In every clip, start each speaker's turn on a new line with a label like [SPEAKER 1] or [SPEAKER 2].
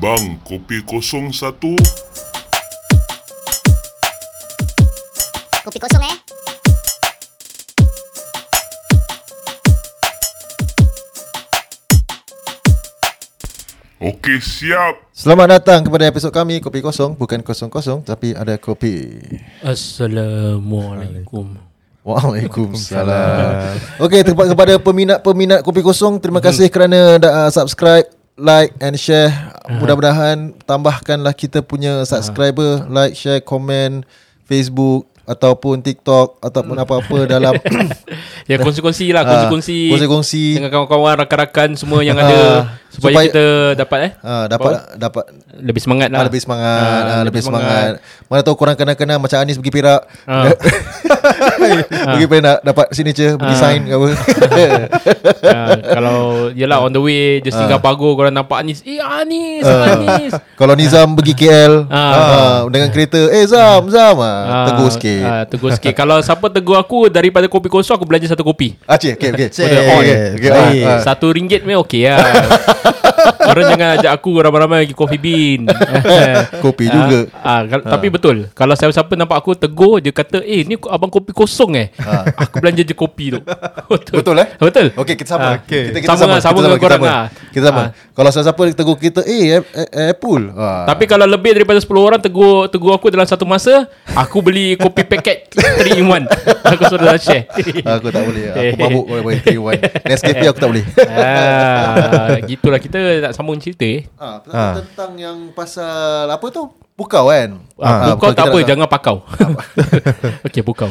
[SPEAKER 1] Bang Kopi 01
[SPEAKER 2] Kopi kosong eh.
[SPEAKER 1] Okey siap
[SPEAKER 3] Selamat datang kepada episod kami Kopi Kosong Bukan kosong-kosong Tapi ada kopi
[SPEAKER 4] Assalamualaikum.
[SPEAKER 3] Waalaikumsalam Hmm. Okey tempat kepada peminat-peminat Kopi Kosong Terima kasih kerana dah uh, subscribe Like and share Mudah-mudahan Tambahkanlah kita punya subscriber Like, share, komen Facebook Ataupun TikTok Ataupun apa-apa dalam
[SPEAKER 4] Ya kongsi-kongsi lah,
[SPEAKER 3] Ah,
[SPEAKER 4] kongsi-kongsi.
[SPEAKER 3] kongsi-kongsi.
[SPEAKER 4] dengan kawan-kawan, rakan-rakan semua yang ada
[SPEAKER 3] Ah,
[SPEAKER 4] supaya,
[SPEAKER 3] supaya-
[SPEAKER 4] kita dapat eh
[SPEAKER 3] uh, Dapat dapat
[SPEAKER 4] lebih semangat
[SPEAKER 3] Ah,
[SPEAKER 4] lah.
[SPEAKER 3] lebih semangat ah,
[SPEAKER 4] Ah,
[SPEAKER 3] lebih, semangat. Mana tahu korang kena-kena macam Anis pergi Perak. Ah.
[SPEAKER 4] Ha.
[SPEAKER 3] pergi Perak dapat signature, pergi sign ke apa.
[SPEAKER 4] Ah, kalau yelah on the way
[SPEAKER 3] Ah.
[SPEAKER 4] je singgah pago korang nampak Anis. Eh Anis, Anis.
[SPEAKER 3] Kalau Nizam pergi KL ah.
[SPEAKER 4] Ah.
[SPEAKER 3] dengan kereta, eh Zam, Zam ah,
[SPEAKER 4] Ah,
[SPEAKER 3] tegur sikit.
[SPEAKER 4] ah, tegur sikit. kalau siapa tegur aku daripada kopi kosong aku belanja satu kopi.
[SPEAKER 3] Ah, cik, okay, okay.
[SPEAKER 5] Cik,
[SPEAKER 3] Okay, okay, okay.
[SPEAKER 5] baik.
[SPEAKER 3] Ah, ah.
[SPEAKER 4] Satu ringgit meh okey lah. Korang jangan ajak aku ramai-ramai pergi coffee bean.
[SPEAKER 3] Kopi juga.
[SPEAKER 4] Ah, ah, kal- tapi betul. Kalau siapa-siapa nampak aku tegur dia kata, "Eh, ni ko- abang kopi kosong eh." aku belanja je kopi tu. betul.
[SPEAKER 3] Ah. Betul eh?
[SPEAKER 4] Betul.
[SPEAKER 3] Okay, kita sama.
[SPEAKER 5] Okay.
[SPEAKER 3] Kita, kita
[SPEAKER 4] Sama
[SPEAKER 3] sama,
[SPEAKER 4] lah, sama
[SPEAKER 3] kita
[SPEAKER 4] dengan
[SPEAKER 3] kita
[SPEAKER 4] korang
[SPEAKER 3] sama.
[SPEAKER 4] lah.
[SPEAKER 3] Kita sama. Kalau siapa-siapa tegur kita, eh a- a- Apple. Ah.
[SPEAKER 4] Tapi kalau lebih daripada 10 orang tegur tegur aku dalam satu masa, aku beli kopi paket 3 in 1. aku suruh dah share.
[SPEAKER 3] aku tak boleh.
[SPEAKER 4] Eh.
[SPEAKER 3] Aku mabuk kalau boleh 3 Nescafe aku tak boleh.
[SPEAKER 4] ah, gitulah kita nak sambung cerita eh.
[SPEAKER 3] Ah, ha. tentang yang pasal apa tu? Pukau kan? Ah,
[SPEAKER 4] Ah, pukau tak
[SPEAKER 3] kita
[SPEAKER 4] apa,
[SPEAKER 3] nak-
[SPEAKER 4] jangan pakau. Okey, pukau.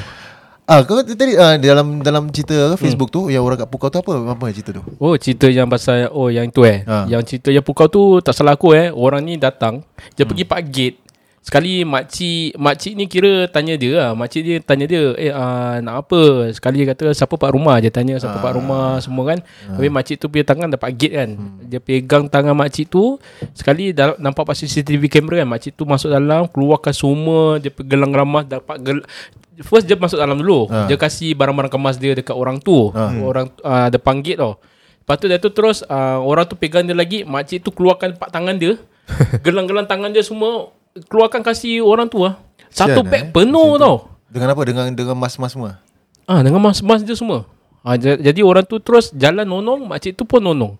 [SPEAKER 3] Ah, kau kata tadi ah, di dalam dalam cerita Facebook tu yang orang kat Pukau tu apa? Apa cerita tu?
[SPEAKER 4] Oh cerita yang pasal Oh yang tu eh
[SPEAKER 3] Ha.
[SPEAKER 4] ha. Yang cerita yang pukau tu Tak salah aku eh Orang ni datang Dia hmm. pergi park gate Sekali makcik Makcik ni kira tanya dia lah Makcik dia tanya dia Eh uh, nak apa Sekali dia kata Siapa pak rumah Dia tanya siapa pak rumah Semua kan Habis makcik tu punya tangan Dapat gate kan hmm. Dia pegang tangan makcik tu Sekali dah, nampak pak CCTV kamera kan Makcik tu masuk dalam Keluarkan semua Dia pergi gelang ramas Dapat gel First dia masuk dalam dulu Dia kasih barang-barang kemas dia Dekat orang tu Orang uh, depan gate tau Lepas tu dia tu terus uh, Orang tu pegang dia lagi Makcik tu keluarkan pak tangan dia Gelang-gelang tangan dia semua Keluarkan kasih orang tu lah
[SPEAKER 3] Kesian,
[SPEAKER 4] Satu
[SPEAKER 3] eh,
[SPEAKER 4] beg penuh tau
[SPEAKER 3] Dengan apa? Dengan dengan mas-mas semua.
[SPEAKER 4] Ah dengan mas-mas dia semua. Ah ja- jadi orang tu terus jalan nonong, makcik tu pun nonong.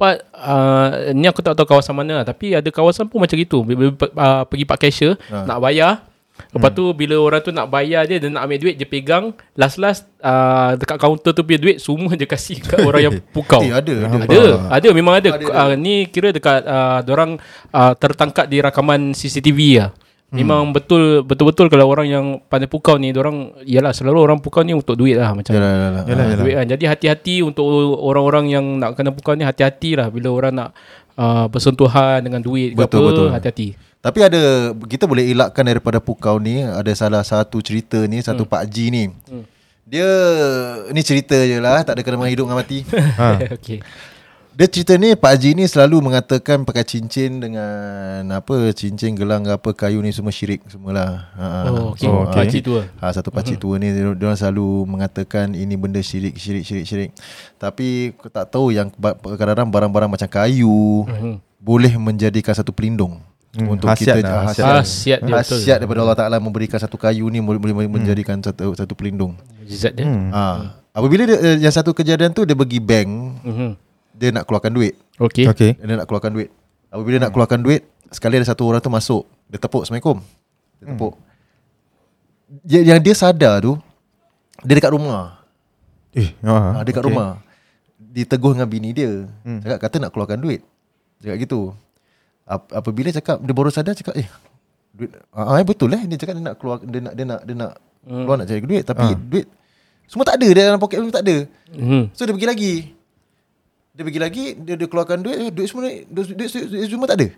[SPEAKER 4] Pak uh, ni aku tak tahu kawasan mana lah, tapi ada kawasan pun macam gitu. Bila, bila, uh, pergi pak cashier
[SPEAKER 3] Ah.
[SPEAKER 4] nak bayar.
[SPEAKER 3] Hmm.
[SPEAKER 4] Lepas tu bila orang tu nak bayar je dia nak ambil duit dia pegang last-last uh, dekat kaunter tu punya duit semua dia kasih kat orang yang pukau.
[SPEAKER 3] Eh, ada, ada.
[SPEAKER 4] Ada, ada memang ada. ada, Uh, ni kira dekat uh, orang uh, tertangkap di rakaman CCTV lah.
[SPEAKER 3] Hmm.
[SPEAKER 4] Memang betul betul-betul kalau orang yang pandai pukau ni orang yalah selalu orang pukau ni untuk duit lah macam.
[SPEAKER 3] Yalah, yalah.
[SPEAKER 5] Yalah,
[SPEAKER 3] yalah.
[SPEAKER 4] Ah,
[SPEAKER 5] yalah.
[SPEAKER 4] Duit kan. Jadi hati-hati untuk orang-orang yang nak kena pukau ni hati-hati lah bila orang nak uh, bersentuhan dengan duit ke
[SPEAKER 3] Betul,
[SPEAKER 4] apa,
[SPEAKER 3] betul.
[SPEAKER 4] hati-hati.
[SPEAKER 3] Tapi ada kita boleh elakkan daripada Pukau ni ada salah satu cerita ni satu Pak Ji ni. Dia ni cerita je lah tak ada kena hidup dengan mati.
[SPEAKER 4] Okey.
[SPEAKER 3] Dia cerita ni Pak Haji ni selalu mengatakan pakai cincin dengan apa cincin gelang ke apa kayu ni semua syirik semualah. Ha.
[SPEAKER 4] Oh, okey.
[SPEAKER 3] So,
[SPEAKER 4] Oh,
[SPEAKER 3] ah,
[SPEAKER 4] pakcik
[SPEAKER 3] cik-
[SPEAKER 4] tua.
[SPEAKER 3] Ah satu pakcik tua ni dia dia orang selalu mengatakan ini benda syirik syirik syirik syirik. Tapi aku tak tahu yang ba- kadang-kadang barang-barang macam kayu
[SPEAKER 4] Mm-hmm.
[SPEAKER 3] boleh menjadikan satu pelindung
[SPEAKER 5] Hmm,
[SPEAKER 3] untuk
[SPEAKER 5] khasiat
[SPEAKER 3] kita
[SPEAKER 5] lah,
[SPEAKER 3] ah,
[SPEAKER 5] khasiat.
[SPEAKER 4] Khasiat dia betul.
[SPEAKER 3] Khasiat daripada Allah Taala memberikan satu kayu ni boleh, boleh
[SPEAKER 5] Hmm.
[SPEAKER 3] menjadikan satu satu pelindung.
[SPEAKER 4] Mujizat dia. Hmm.
[SPEAKER 3] Ah apabila dia, eh, yang satu kejadian tu dia pergi bank
[SPEAKER 4] Mhm.
[SPEAKER 3] dia nak keluarkan duit.
[SPEAKER 4] Okey.
[SPEAKER 5] Okay.
[SPEAKER 3] Dia nak keluarkan duit Apabila nak keluarkan duit Sekali ada satu orang tu masuk Dia tepuk Assalamualaikum Dia tepuk dia, Yang dia sadar tu Dia dekat rumah
[SPEAKER 5] Eh,
[SPEAKER 3] ha,
[SPEAKER 2] ah.
[SPEAKER 5] ha.
[SPEAKER 3] Dekat okay. rumah Ditegur dengan bini dia hmm. Cakap kata nak keluarkan duit Cakap gitu Ap- Apabila cakap Dia baru sadar cakap Eh duit, ah, ah, betul eh Dia cakap dia nak keluar Dia nak Dia nak, dia nak hmm. Keluar nak cari duit Tapi duit Semua tak ada Dia dalam poket semua tak ada
[SPEAKER 4] Mhm.
[SPEAKER 3] So dia pergi lagi Dia pergi lagi Dia, dia keluarkan duit eh, Duit semua ni- duit, duit, duit, duit semua tak ada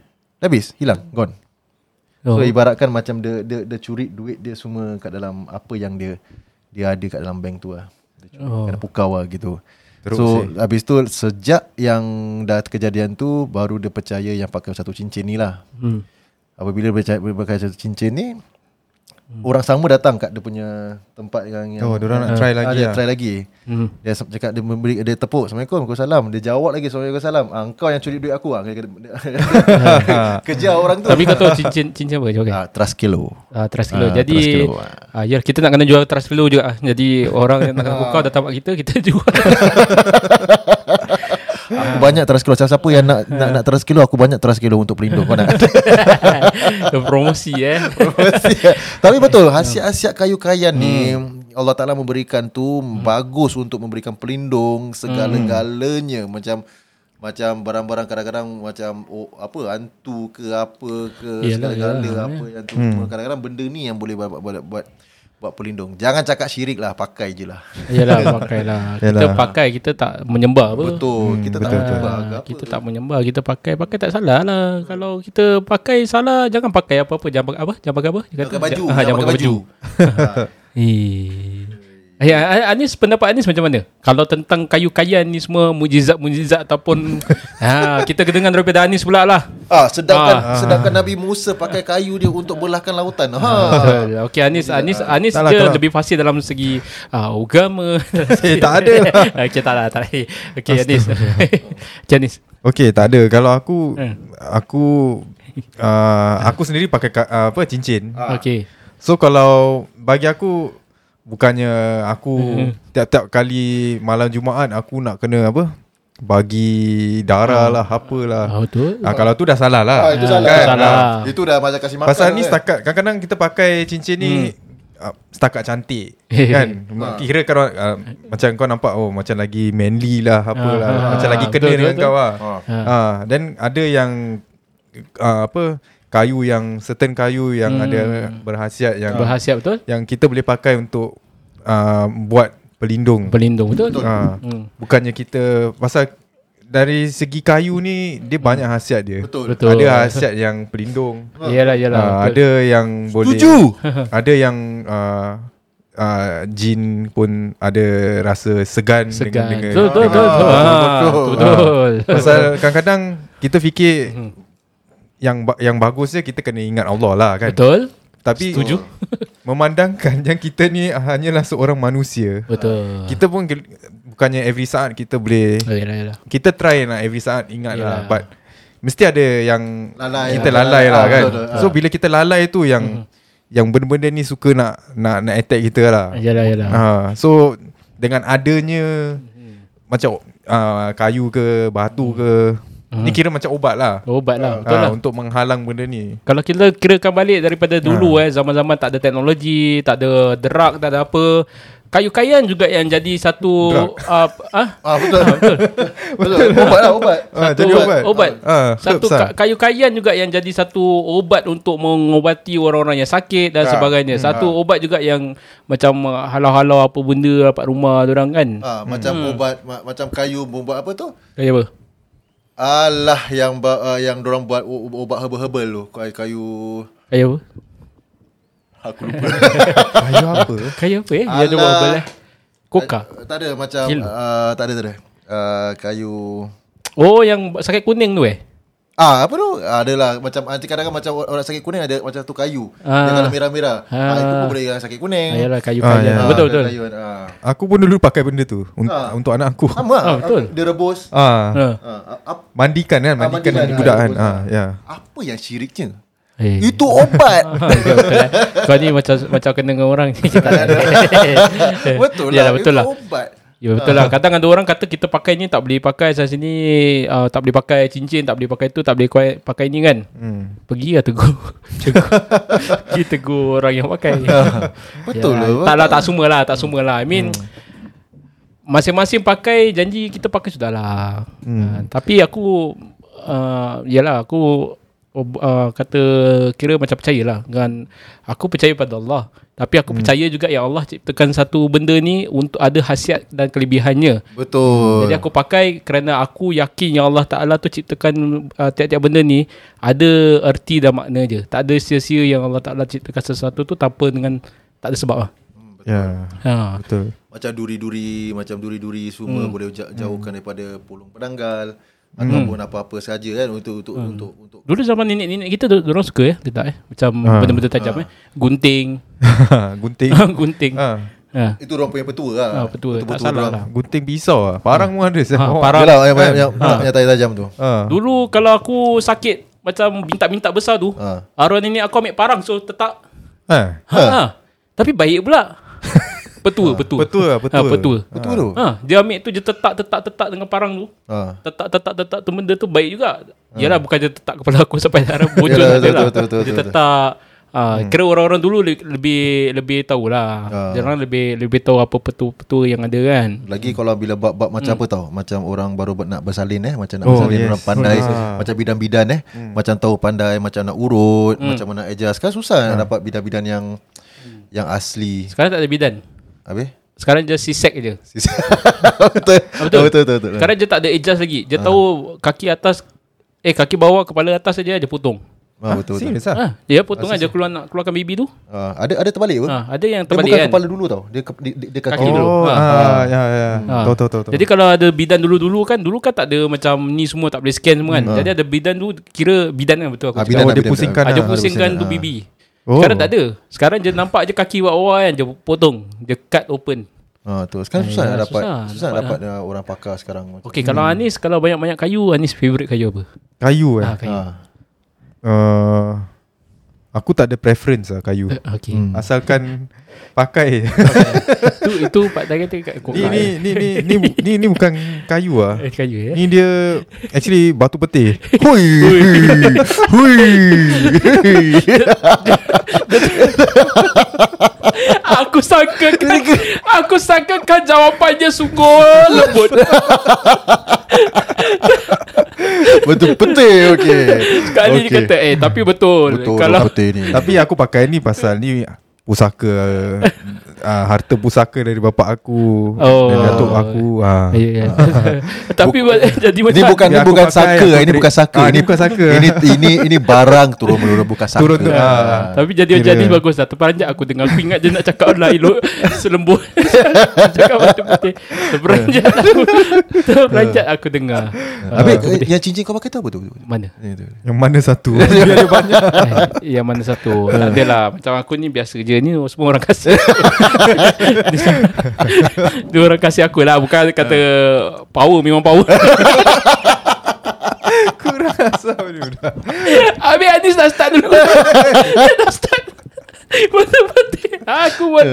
[SPEAKER 3] Dah Habis Hilang Gone
[SPEAKER 4] Oh.
[SPEAKER 3] So ibaratkan macam dia, dia, dia curi duit dia semua Kat dalam apa yang dia Dia ada kat dalam bank tu lah Dia curi oh. Kena pukau lah gitu Teruk So habis tu Sejak yang dah kejadian tu Baru dia percaya yang pakai satu cincin ni lah hmm. Apabila dia percaya, dia pakai satu cincin ni orang sama datang kat dia punya tempat yang, yang
[SPEAKER 2] Oh, diorang nak try lagi
[SPEAKER 3] ah, dia
[SPEAKER 2] lah.
[SPEAKER 3] try lagi.
[SPEAKER 4] Hmm.
[SPEAKER 3] Dia se- cakap dia memberi dia tepuk Assalamualaikum Waalaikumsalam. Dia jawab lagi Assalamualaikum salam. Ah, engkau yang curi duit aku ah. Dia kata- dia- Kejar orang tu.
[SPEAKER 4] Tapi kau tahu cincin cincin apa? Jawab, Okay.
[SPEAKER 3] ah, trust kilo.
[SPEAKER 4] Ah, trust kilo.
[SPEAKER 3] Ah, trust
[SPEAKER 4] Jadi
[SPEAKER 3] kilo,
[SPEAKER 4] ah, ya kita nak kena jual trust kilo juga. ah. Jadi orang yang nak aku kau datang kat kita, kita jual.
[SPEAKER 3] Aku banyak trust kilo. Siapa yang nak nak, nak trust kilo aku banyak trust kilo untuk pelindung kau nak.
[SPEAKER 4] Promosi eh.
[SPEAKER 3] Tapi betul
[SPEAKER 4] Ya.
[SPEAKER 3] Hasiat-hasiat kayu kayan ni
[SPEAKER 4] Hmm.
[SPEAKER 3] Allah Ta'ala memberikan tu Bagus untuk memberikan pelindung
[SPEAKER 4] Hmm.
[SPEAKER 3] Segala-galanya Macam Macam barang-barang kadang-kadang Macam oh, Apa Hantu ke apa ke
[SPEAKER 4] Yalah,
[SPEAKER 3] Segala-gala Apa
[SPEAKER 4] ya.
[SPEAKER 3] yang tu
[SPEAKER 4] Hmm.
[SPEAKER 3] semua Kadang-kadang benda ni yang boleh buat Buat, buat, buat pelindung Jangan cakap syirik lah Pakai je lah
[SPEAKER 4] Yalah pakailah. Kita
[SPEAKER 2] Yalah.
[SPEAKER 4] pakai kita tak menyembah apa.
[SPEAKER 3] Betul Kita tak
[SPEAKER 2] betul,
[SPEAKER 3] betul,
[SPEAKER 4] Ah,
[SPEAKER 3] ke apa
[SPEAKER 4] kita tak menyembah kita pakai pakai tak salah lah kalau kita pakai salah jangan pakai apa-apa jangan pakai apa jangan pakai apa Dia
[SPEAKER 3] Pakai baju
[SPEAKER 4] ah, jangan pakai baju, Eh. Ya, Anis pendapat Anis macam mana? Kalau tentang kayu-kayan ni semua mujizat-mujizat ataupun ha, kita dengar daripada Anis pula lah.
[SPEAKER 3] Ah, sedangkan sedangkan Nabi Musa pakai kayu dia untuk belahkan lautan. Ha.
[SPEAKER 4] Betul. Okey Anis Anis Anis
[SPEAKER 2] Tak lah,
[SPEAKER 4] dia
[SPEAKER 2] tak lah.
[SPEAKER 4] lebih fasih dalam segi uh, agama.
[SPEAKER 2] Eh, tak ada lah.
[SPEAKER 4] Okey tak lah, tak. lah. Okey Anis. Okey Anis.
[SPEAKER 2] Okay tak ada Kalau aku
[SPEAKER 4] Eh.
[SPEAKER 2] Aku uh, Aku sendiri pakai ka- uh, apa cincin
[SPEAKER 4] Okey.
[SPEAKER 2] So kalau Bagi aku Bukannya aku Tiap-tiap kali Malam Jumaat Aku nak kena apa Bagi Darah lah Apalah
[SPEAKER 4] Ah betul.
[SPEAKER 2] Ah, kalau tu dah salah lah
[SPEAKER 3] Ah, itu salah.
[SPEAKER 2] Kan?
[SPEAKER 4] salah.
[SPEAKER 2] Ah.
[SPEAKER 3] Itu dah macam kasih makan.
[SPEAKER 2] Pasal ni
[SPEAKER 3] kan?
[SPEAKER 2] setakat Kadang-kadang kita pakai cincin ni
[SPEAKER 4] Hmm.
[SPEAKER 2] ah, Setakat cantik Kan
[SPEAKER 3] Ha.
[SPEAKER 2] Kira kalau ah, Macam kau nampak Oh macam lagi manly lah Apalah
[SPEAKER 4] Ah, ah,
[SPEAKER 2] Macam
[SPEAKER 4] ah,
[SPEAKER 2] lagi
[SPEAKER 4] betul,
[SPEAKER 2] kena
[SPEAKER 4] betul,
[SPEAKER 2] dengan
[SPEAKER 4] betul.
[SPEAKER 2] kau lah
[SPEAKER 3] Ah.
[SPEAKER 2] Ah. Then ada yang ah, Apa Kayu yang Certain kayu yang
[SPEAKER 4] Hmm.
[SPEAKER 2] ada Berhasiat yang
[SPEAKER 4] Berhasiat betul?
[SPEAKER 2] Yang kita boleh pakai untuk ah, Buat pelindung
[SPEAKER 4] Pelindung betul. betul.
[SPEAKER 2] Ah,
[SPEAKER 4] Hmm.
[SPEAKER 2] Bukannya kita Pasal dari segi kayu ni Dia banyak khasiat dia
[SPEAKER 3] Betul.
[SPEAKER 4] Hmm. Betul.
[SPEAKER 2] Ada khasiat yang pelindung
[SPEAKER 4] Yalah yalah.
[SPEAKER 2] Ah,
[SPEAKER 4] lah, betul.
[SPEAKER 2] ada yang boleh Setuju Ada yang uh, uh, Jin pun ada rasa segan,
[SPEAKER 4] segan.
[SPEAKER 2] dengan,
[SPEAKER 4] Betul betul betul. betul. Ah, Betul.
[SPEAKER 2] Pasal kadang-kadang kita fikir yang ba- yang bagusnya kita kena ingat Allah lah kan.
[SPEAKER 4] Betul.
[SPEAKER 2] Tapi Setuju. memandangkan yang kita ni hanyalah seorang manusia.
[SPEAKER 4] Betul.
[SPEAKER 2] Kita pun ke- bukannya every saat kita boleh
[SPEAKER 4] Oh, yalah yalah.
[SPEAKER 2] kita try lah every saat ingat
[SPEAKER 4] Yelah.
[SPEAKER 2] lah but mesti ada yang
[SPEAKER 3] Lalai
[SPEAKER 2] kita
[SPEAKER 3] lah.
[SPEAKER 2] lalai lah
[SPEAKER 3] Ah,
[SPEAKER 2] kan
[SPEAKER 3] betul, betul.
[SPEAKER 2] so bila kita lalai tu yang yang benda-benda ni suka nak nak nak attack kita lah
[SPEAKER 4] Yalah yalah.
[SPEAKER 2] ha so dengan adanya macam uh, kayu ke batu ke ni kira macam obat lah
[SPEAKER 4] Ubat lah. Betul
[SPEAKER 2] ha,
[SPEAKER 4] lah.
[SPEAKER 2] untuk menghalang benda ni
[SPEAKER 4] Kalau kita kirakan balik daripada dulu eh
[SPEAKER 2] Ha.
[SPEAKER 4] zaman-zaman tak ada teknologi, tak ada drug, tak ada apa. Kayu-kayan juga yang jadi satu uh, ah
[SPEAKER 3] Ah betul. betul. betul. Ubat lah ubat.
[SPEAKER 2] ha,
[SPEAKER 4] Satu
[SPEAKER 2] jadi obat
[SPEAKER 4] Ubat.
[SPEAKER 2] Ah,
[SPEAKER 4] satu
[SPEAKER 2] herbs
[SPEAKER 4] ka- kayu-kayan juga yang jadi satu obat untuk mengobati orang-orang yang sakit dan
[SPEAKER 2] Ah,
[SPEAKER 4] sebagainya.
[SPEAKER 2] hmm,
[SPEAKER 4] Satu obat juga yang macam ah, halau-halau apa benda dapat rumah orang kan.
[SPEAKER 3] Ah, macam ubat ma- macam kayu ubat apa tu?
[SPEAKER 4] Kayu apa?
[SPEAKER 3] Alah yang ba- uh, yang orang buat u- u- ubat herbal-herbal tu, kayu, kayu
[SPEAKER 4] Kayu apa?
[SPEAKER 3] aku lupa.
[SPEAKER 2] kayu apa
[SPEAKER 4] Kayu apa eh? Dia ada
[SPEAKER 3] Alah.
[SPEAKER 4] apa eh? Koka.
[SPEAKER 3] Eh, tak ada macam
[SPEAKER 4] Kilo.
[SPEAKER 3] uh, tak ada tak ada. Uh, kayu
[SPEAKER 4] Oh yang sakit kuning tu eh?
[SPEAKER 3] Ah apa tu? Ah, adalah macam ah, kadang-kadang macam or- orang sakit kuning ada macam tu kayu.
[SPEAKER 4] Ah.
[SPEAKER 3] Ah. Yang kalau merah-merah. Ah.
[SPEAKER 4] Ah.
[SPEAKER 3] itu pun boleh yang sakit kuning.
[SPEAKER 4] Ah, Yalah kayu-kayan.
[SPEAKER 2] ya.
[SPEAKER 3] Ah, Eh.
[SPEAKER 4] Betul
[SPEAKER 3] ada
[SPEAKER 4] betul.
[SPEAKER 3] Kayu, ah.
[SPEAKER 2] aku pun dulu pakai benda tu untuk, untuk anak aku
[SPEAKER 3] Sama lah.
[SPEAKER 4] Ah, betul.
[SPEAKER 3] Dia rebus.
[SPEAKER 2] ah
[SPEAKER 4] Ha.
[SPEAKER 3] Ah, ap-
[SPEAKER 2] mandikan
[SPEAKER 3] Ah,
[SPEAKER 2] kan mandikan,
[SPEAKER 3] mandikan,
[SPEAKER 2] budak
[SPEAKER 3] ah,
[SPEAKER 2] kan
[SPEAKER 3] rebus,
[SPEAKER 2] ah ya
[SPEAKER 3] apa yang syiriknya?
[SPEAKER 4] Eh.
[SPEAKER 3] Itu obat.
[SPEAKER 4] Betul, betul, eh. Kau ni macam macam kena dengan orang ni.
[SPEAKER 3] betul lah.
[SPEAKER 4] Yalah, betul
[SPEAKER 3] itu
[SPEAKER 4] lah.
[SPEAKER 3] Obat.
[SPEAKER 4] Ya betul lah Kadang ada orang kata Kita pakai ni tak boleh pakai Saya sini uh, Tak boleh pakai cincin Tak boleh pakai tu Tak boleh kuai- pakai ni kan hmm. Pergi lah tegur Tegur Pergi tegur orang yang pakai
[SPEAKER 3] Betul Hmm.
[SPEAKER 4] Yalah.
[SPEAKER 3] lah.
[SPEAKER 4] Tak lah tak semua lah Tak semua lah I mean Masing-masing pakai Janji kita pakai sudah lah uh, Tapi aku uh, Yalah aku ob- uh, Kata Kira macam percaya lah Dengan Aku percaya pada Allah Tapi aku percaya juga Ya Allah ciptakan satu benda ni Untuk ada khasiat dan kelebihannya
[SPEAKER 3] Betul.
[SPEAKER 4] jadi aku pakai kerana aku yakin yang Allah Ta'ala tu ciptakan uh, tiap-tiap benda ni ada erti dan makna je. Tak ada sia-sia yang Allah Ta'ala ciptakan sesuatu tu tanpa dengan tak ada sebab lah.
[SPEAKER 2] ya
[SPEAKER 4] Ha.
[SPEAKER 2] betul
[SPEAKER 4] Hmm.
[SPEAKER 3] Macam duri-duri, macam duri-duri semua boleh ja- jauhkan daripada pulung pedanggal. ataupun apa-apa saja kan untuk untuk
[SPEAKER 4] Hmm.
[SPEAKER 3] untuk untuk
[SPEAKER 4] Dulu zaman nenek-nenek kita dia orang suka ya, dia tak eh. Macam benda-benda tajam eh. Gunting,
[SPEAKER 2] Ah. gunting.
[SPEAKER 4] gunting. Ha.
[SPEAKER 2] ha.
[SPEAKER 4] Ha.
[SPEAKER 3] itu orang punya petua lah.
[SPEAKER 4] Ah, petua. Tak
[SPEAKER 3] Petua-petua
[SPEAKER 4] salah
[SPEAKER 3] orang.
[SPEAKER 4] lah.
[SPEAKER 2] Gunting pisau lah. Parang pun ada. Ha,
[SPEAKER 4] Hmm. Ah, parang.
[SPEAKER 3] Yalah yang yang, yang,
[SPEAKER 4] Ah.
[SPEAKER 3] yang tajam-tajam tu.
[SPEAKER 2] Ha.
[SPEAKER 4] Dulu kalau aku sakit macam bintak-bintak besar tu,
[SPEAKER 3] Ha.
[SPEAKER 4] arwah nenek aku ambil parang so tetak.
[SPEAKER 2] ha.
[SPEAKER 4] Ha. ha. Tapi baik pula. petua, petua.
[SPEAKER 2] Petua lah, petua.
[SPEAKER 4] Ha, petua.
[SPEAKER 3] Betul tu.
[SPEAKER 4] Ha, dia ambil tu dia tetak-tetak-tetak dengan parang tu.
[SPEAKER 3] Ha.
[SPEAKER 4] Tetak-tetak-tetak tu benda tu baik juga. Yalah bukan dia tetak kepala aku sampai darah bocor
[SPEAKER 3] Yalah,
[SPEAKER 4] tak
[SPEAKER 3] betul,
[SPEAKER 4] lah.
[SPEAKER 3] betul, betul,
[SPEAKER 4] Dia
[SPEAKER 3] betul. Hmm.
[SPEAKER 4] tetak ah, kira orang-orang dulu le- lebih lebih tahulah.
[SPEAKER 3] Ha.
[SPEAKER 4] Dia orang lebih lebih tahu apa petua-petua yang ada kan.
[SPEAKER 3] Lagi kalau bila bab-bab macam apa tau Macam orang baru ber- nak bersalin eh Macam nak
[SPEAKER 2] Oh,
[SPEAKER 3] bersalin
[SPEAKER 2] yes. Hmm.
[SPEAKER 3] orang pandai
[SPEAKER 2] Ah.
[SPEAKER 3] Macam bidan-bidan eh Macam tahu pandai Macam nak urut Macam mana adjust Kan susah
[SPEAKER 2] Ah.
[SPEAKER 3] nak dapat bidan-bidan yang Yang asli
[SPEAKER 4] Sekarang tak ada bidan.
[SPEAKER 3] Habis?
[SPEAKER 4] Sekarang dia sisek je.
[SPEAKER 3] betul.
[SPEAKER 4] Ah, betul.
[SPEAKER 3] Ah, betul betul betul.
[SPEAKER 4] Sekarang dia tak ada adjust lagi. Dia
[SPEAKER 3] Ha.
[SPEAKER 4] tahu kaki atas eh kaki bawah kepala atas saja dia potong.
[SPEAKER 3] Ah, betul betul.
[SPEAKER 2] Serius
[SPEAKER 4] Ha,
[SPEAKER 2] lah.
[SPEAKER 4] dia potong aja keluar nak keluarkan baby tu.
[SPEAKER 3] Ah, ada ada terbalik apa?
[SPEAKER 4] Ha, ada
[SPEAKER 3] Dia
[SPEAKER 4] yang
[SPEAKER 3] bukan
[SPEAKER 4] terbalik kan.
[SPEAKER 3] kepala dulu tau. Dia ke, dia, dia, dia kaki,
[SPEAKER 4] Kaki
[SPEAKER 3] dulu.
[SPEAKER 4] dulu.
[SPEAKER 2] Oh,
[SPEAKER 4] Ha.
[SPEAKER 2] ha, ya, ya. Tahu, tahu, tahu. tahu.
[SPEAKER 4] Ah. Jadi kalau ada bidan dulu-dulu kan Dulu kan tak ada macam Ni semua tak boleh scan semua kan Jadi ada bidan tu Kira bidan kan betul
[SPEAKER 3] Hmm. Ah,
[SPEAKER 4] aku cakap
[SPEAKER 2] Oh,
[SPEAKER 3] bidan,
[SPEAKER 2] dia
[SPEAKER 3] bidan,
[SPEAKER 2] pusingkan
[SPEAKER 4] Ada
[SPEAKER 2] lah.
[SPEAKER 4] pusingkan
[SPEAKER 3] pusing,
[SPEAKER 4] tu
[SPEAKER 3] ah.
[SPEAKER 4] bibi
[SPEAKER 2] Oh.
[SPEAKER 4] Sekarang tak ada Sekarang je nampak je kaki bawah kan Dia potong Dia cut open
[SPEAKER 3] Ah, tu. Sekarang susah nak dapat.
[SPEAKER 4] susah
[SPEAKER 3] Susah, nak dapat ah, orang pakar sekarang.
[SPEAKER 4] Okay kalau
[SPEAKER 3] Hmm.
[SPEAKER 4] Anis Kalau banyak-banyak kayu Anis favourite kayu apa?
[SPEAKER 2] Kayu eh.
[SPEAKER 4] Ah, kayu
[SPEAKER 3] Ah.
[SPEAKER 2] Uh, aku tak ada preference lah kayu.
[SPEAKER 4] Okay
[SPEAKER 3] Hmm.
[SPEAKER 2] Asalkan pakai.
[SPEAKER 4] Itu itu Pak Tangan tu kat
[SPEAKER 2] ni, ni, ni, ni, ni, bu- ni, ni bukan kayu lah.
[SPEAKER 4] Eh, Kayu ya
[SPEAKER 2] Ni dia actually batu peti.
[SPEAKER 3] Hui. Hui.
[SPEAKER 4] Aku sangka kan, Aku sangka kan jawapannya sungguh lembut
[SPEAKER 3] betul betul okey.
[SPEAKER 4] Sekali okay. dia
[SPEAKER 3] Okey.
[SPEAKER 4] kata Eh tapi betul,
[SPEAKER 3] betul
[SPEAKER 4] Kalau
[SPEAKER 3] betul ni.
[SPEAKER 2] Tapi aku pakai ni pasal ni pusaka uh, harta pusaka dari bapak aku
[SPEAKER 4] Oh.
[SPEAKER 2] dan datuk aku. Uh.
[SPEAKER 4] Ya, ya. Tapi buat- jadi macam
[SPEAKER 3] Ini bukan
[SPEAKER 2] Biar
[SPEAKER 3] ini
[SPEAKER 2] aku
[SPEAKER 3] bukan
[SPEAKER 2] pakai,
[SPEAKER 3] saka,
[SPEAKER 2] aku
[SPEAKER 3] ini
[SPEAKER 2] beri-
[SPEAKER 3] bukan saka.
[SPEAKER 2] Ah, ini
[SPEAKER 3] ini
[SPEAKER 2] bukan saka.
[SPEAKER 3] Ini ini ini barang turun menurun bukan saka.
[SPEAKER 2] Turun tu.
[SPEAKER 3] Ah.
[SPEAKER 2] Ah.
[SPEAKER 4] Tapi jadi
[SPEAKER 2] Kira.
[SPEAKER 4] jadi bagus dah Terperanjat aku dengar Aku ingat dia nak cakap lah Elok selembut Cakap batu putih Terperanjat aku Terperanjat aku dengar
[SPEAKER 3] Habis
[SPEAKER 4] Batu putih.
[SPEAKER 3] eh, yang cincin kau pakai tu apa tu?
[SPEAKER 4] Mana?
[SPEAKER 3] Ni tu.
[SPEAKER 2] Yang mana satu?
[SPEAKER 4] Eh, Yang mana satu
[SPEAKER 3] Ah.
[SPEAKER 4] Tak ada lah Macam aku ni biasa je Ni semua orang kasih Dia orang kasih aku lah Bukan kata Power memang power
[SPEAKER 2] Kurang asam ni dah.
[SPEAKER 4] Habis Anis dah start dulu Dia dah start Betul-betul Aku pun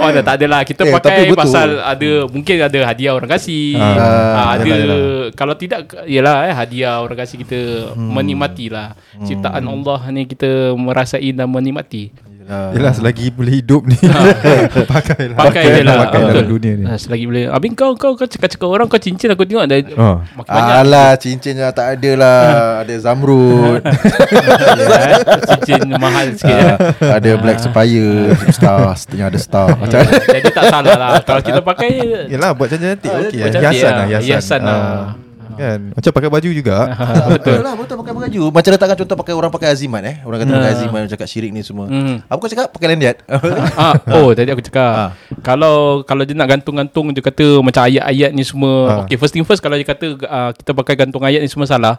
[SPEAKER 4] Oh dah tak adalah Kita
[SPEAKER 3] Eh, tapi
[SPEAKER 4] pakai
[SPEAKER 3] betul.
[SPEAKER 4] pasal Ada Mungkin ada hadiah orang kasih
[SPEAKER 3] Ah,
[SPEAKER 4] ah, Ada
[SPEAKER 3] yalah,
[SPEAKER 4] Kalau tidak Yelah eh, hadiah orang kasih kita Menikmati lah Ciptaan Allah ni Kita merasai dan menikmati
[SPEAKER 3] Ah.
[SPEAKER 2] Yelah selagi boleh hidup ni
[SPEAKER 4] Ah.
[SPEAKER 2] Pakai lah
[SPEAKER 4] Pakai je lah
[SPEAKER 2] Pakai
[SPEAKER 4] betul.
[SPEAKER 2] dalam dunia ni
[SPEAKER 4] Ah, Selagi boleh Habis kau Kau, kau cakap-cakap orang Kau cincin aku tengok dah
[SPEAKER 2] Ah.
[SPEAKER 4] Makin banyak
[SPEAKER 3] Alah cincinnya tak ada lah Ada Zamrud Ah,
[SPEAKER 4] Ya, eh. Cincin mahal sikit eh.
[SPEAKER 3] Ada Black Sapphire Star Yang ada star Macam
[SPEAKER 4] Jadi tak salah lah Kalau kita pakai
[SPEAKER 2] Yelah buat cantik cantik Okey
[SPEAKER 4] buat
[SPEAKER 2] lah.
[SPEAKER 4] cantik
[SPEAKER 2] Hiasan
[SPEAKER 4] lah.
[SPEAKER 2] lah Hiasan,
[SPEAKER 4] Hiasan lah.
[SPEAKER 2] Ah, Kan Macam pakai baju juga
[SPEAKER 3] Betul lah Betul pakai baju Macam letakkan contoh pakai Orang pakai azimat eh Orang kata pakai azimat Cakap syirik ni semua
[SPEAKER 4] Hmm.
[SPEAKER 3] Apa kau cakap pakai lendiat
[SPEAKER 4] ah, oh tadi aku cakap kalau kalau dia nak gantung-gantung dia kata macam ayat-ayat ni semua okey first thing first kalau dia kata ah, kita pakai gantung ayat ni semua salah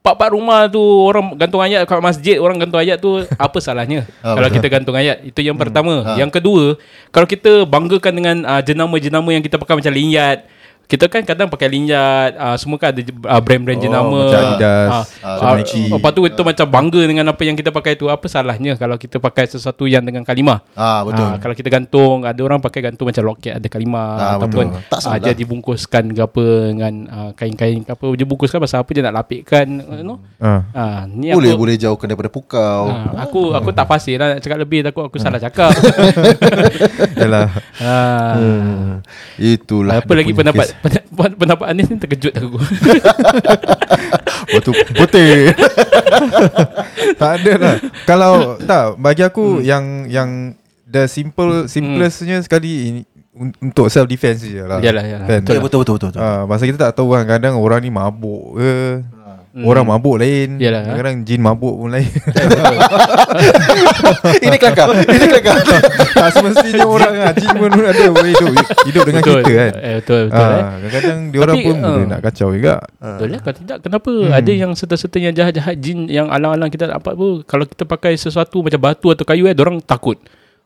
[SPEAKER 4] Pak-pak rumah tu orang gantung ayat kat masjid orang gantung ayat tu apa salahnya
[SPEAKER 3] Ah,
[SPEAKER 4] kalau
[SPEAKER 3] betul.
[SPEAKER 4] kita gantung ayat itu yang pertama yang kedua kalau kita banggakan dengan ah, jenama-jenama yang kita pakai macam linyat kita kan kadang pakai linyat ah, semua kan ada ah, brand-brand
[SPEAKER 3] Oh,
[SPEAKER 4] jenama
[SPEAKER 2] Macam Adidas
[SPEAKER 4] Ah,
[SPEAKER 2] Macam
[SPEAKER 4] ah,
[SPEAKER 2] Nike
[SPEAKER 4] Lepas tu kita macam bangga dengan apa yang kita pakai tu. Apa salahnya kalau kita pakai sesuatu yang dengan kalimah?
[SPEAKER 3] Ah
[SPEAKER 4] Ah,
[SPEAKER 3] betul
[SPEAKER 4] kalau kita gantung, ada orang pakai gantung macam loket ada kalimah
[SPEAKER 3] Ah,
[SPEAKER 4] ataupun
[SPEAKER 3] betul. Tak
[SPEAKER 4] ah,
[SPEAKER 3] salah.
[SPEAKER 4] dia dibungkuskan ke apa dengan ah, kain-kain ke apa. Dia bungkuskan pasal apa dia nak lapikkan, you know.
[SPEAKER 2] Ah.
[SPEAKER 4] Ah, ni
[SPEAKER 3] Hmm. Boleh
[SPEAKER 4] aku,
[SPEAKER 3] boleh jauhkan daripada pukau
[SPEAKER 4] Ah, aku aku tak pasti lah nak cakap lebih takut aku salah cakap.
[SPEAKER 2] Yalah
[SPEAKER 4] ah,
[SPEAKER 3] Hmm, Itulah
[SPEAKER 4] apa lagi pendapat, pendapat pendapat Anis ni terkejut aku.
[SPEAKER 3] Betul Betul
[SPEAKER 2] Tak ada lah Kalau Tak Bagi
[SPEAKER 4] Hmm.
[SPEAKER 2] aku Yang Yang The simple Simplestnya sekali ini, un- Untuk self defense je lah
[SPEAKER 4] Yalah, yalah.
[SPEAKER 2] Kan?
[SPEAKER 3] Ya, Betul betul betul betul.
[SPEAKER 2] Ah, Masa kita tak tahu kan Kadang orang ni mabuk ke Orang mabuk lain
[SPEAKER 4] Hmm. Yalah.
[SPEAKER 2] Kadang-kadang jin mabuk pun lain
[SPEAKER 3] Ini kelakar Ini kelakar
[SPEAKER 2] Tak semestinya orang lah Jin pun ada boleh hidup, hidup dengan
[SPEAKER 4] betul.
[SPEAKER 2] kita kan
[SPEAKER 4] Eh, betul betul
[SPEAKER 2] Ah,
[SPEAKER 4] eh.
[SPEAKER 2] Kadang-kadang diorang
[SPEAKER 4] Tapi,
[SPEAKER 2] pun
[SPEAKER 4] ah.
[SPEAKER 2] boleh nak kacau juga
[SPEAKER 3] Ah.
[SPEAKER 4] Betul lah kalau tidak kenapa
[SPEAKER 3] Hmm.
[SPEAKER 4] ada yang serta-serta yang jahat-jahat jin yang alang-alang kita dapat pun kalau kita pakai sesuatu macam batu atau kayu eh orang takut.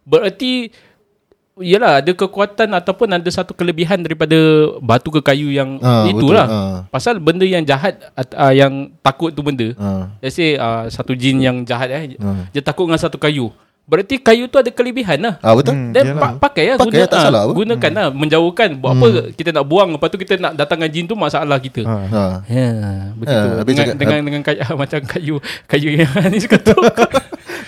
[SPEAKER 4] Berarti Yelah ada kekuatan ataupun ada satu kelebihan daripada batu ke kayu yang
[SPEAKER 3] Ah,
[SPEAKER 4] itulah.
[SPEAKER 3] betul, ah.
[SPEAKER 4] Pasal benda yang jahat at, uh, yang takut tu benda.
[SPEAKER 3] Hmm.
[SPEAKER 4] Let's say uh, satu jin yang jahat eh dia takut dengan satu kayu. Berarti kayu tu ada kelebihan lah.
[SPEAKER 3] Ah betul
[SPEAKER 4] Then pa- pakai lah
[SPEAKER 3] Pakai lah, tak
[SPEAKER 4] ah,
[SPEAKER 3] salah apa. Hmm.
[SPEAKER 4] Gunakan lah Menjauhkan Buat apa Kita nak buang Lepas tu kita nak datangkan jin tu Masalah kita
[SPEAKER 2] Ah.
[SPEAKER 3] Ha.
[SPEAKER 4] Ya Begitu
[SPEAKER 3] Ah, habis
[SPEAKER 4] Dengan
[SPEAKER 3] cakap-
[SPEAKER 4] dengan, dengan kayu, Macam kayu Kayu yang ni ketuk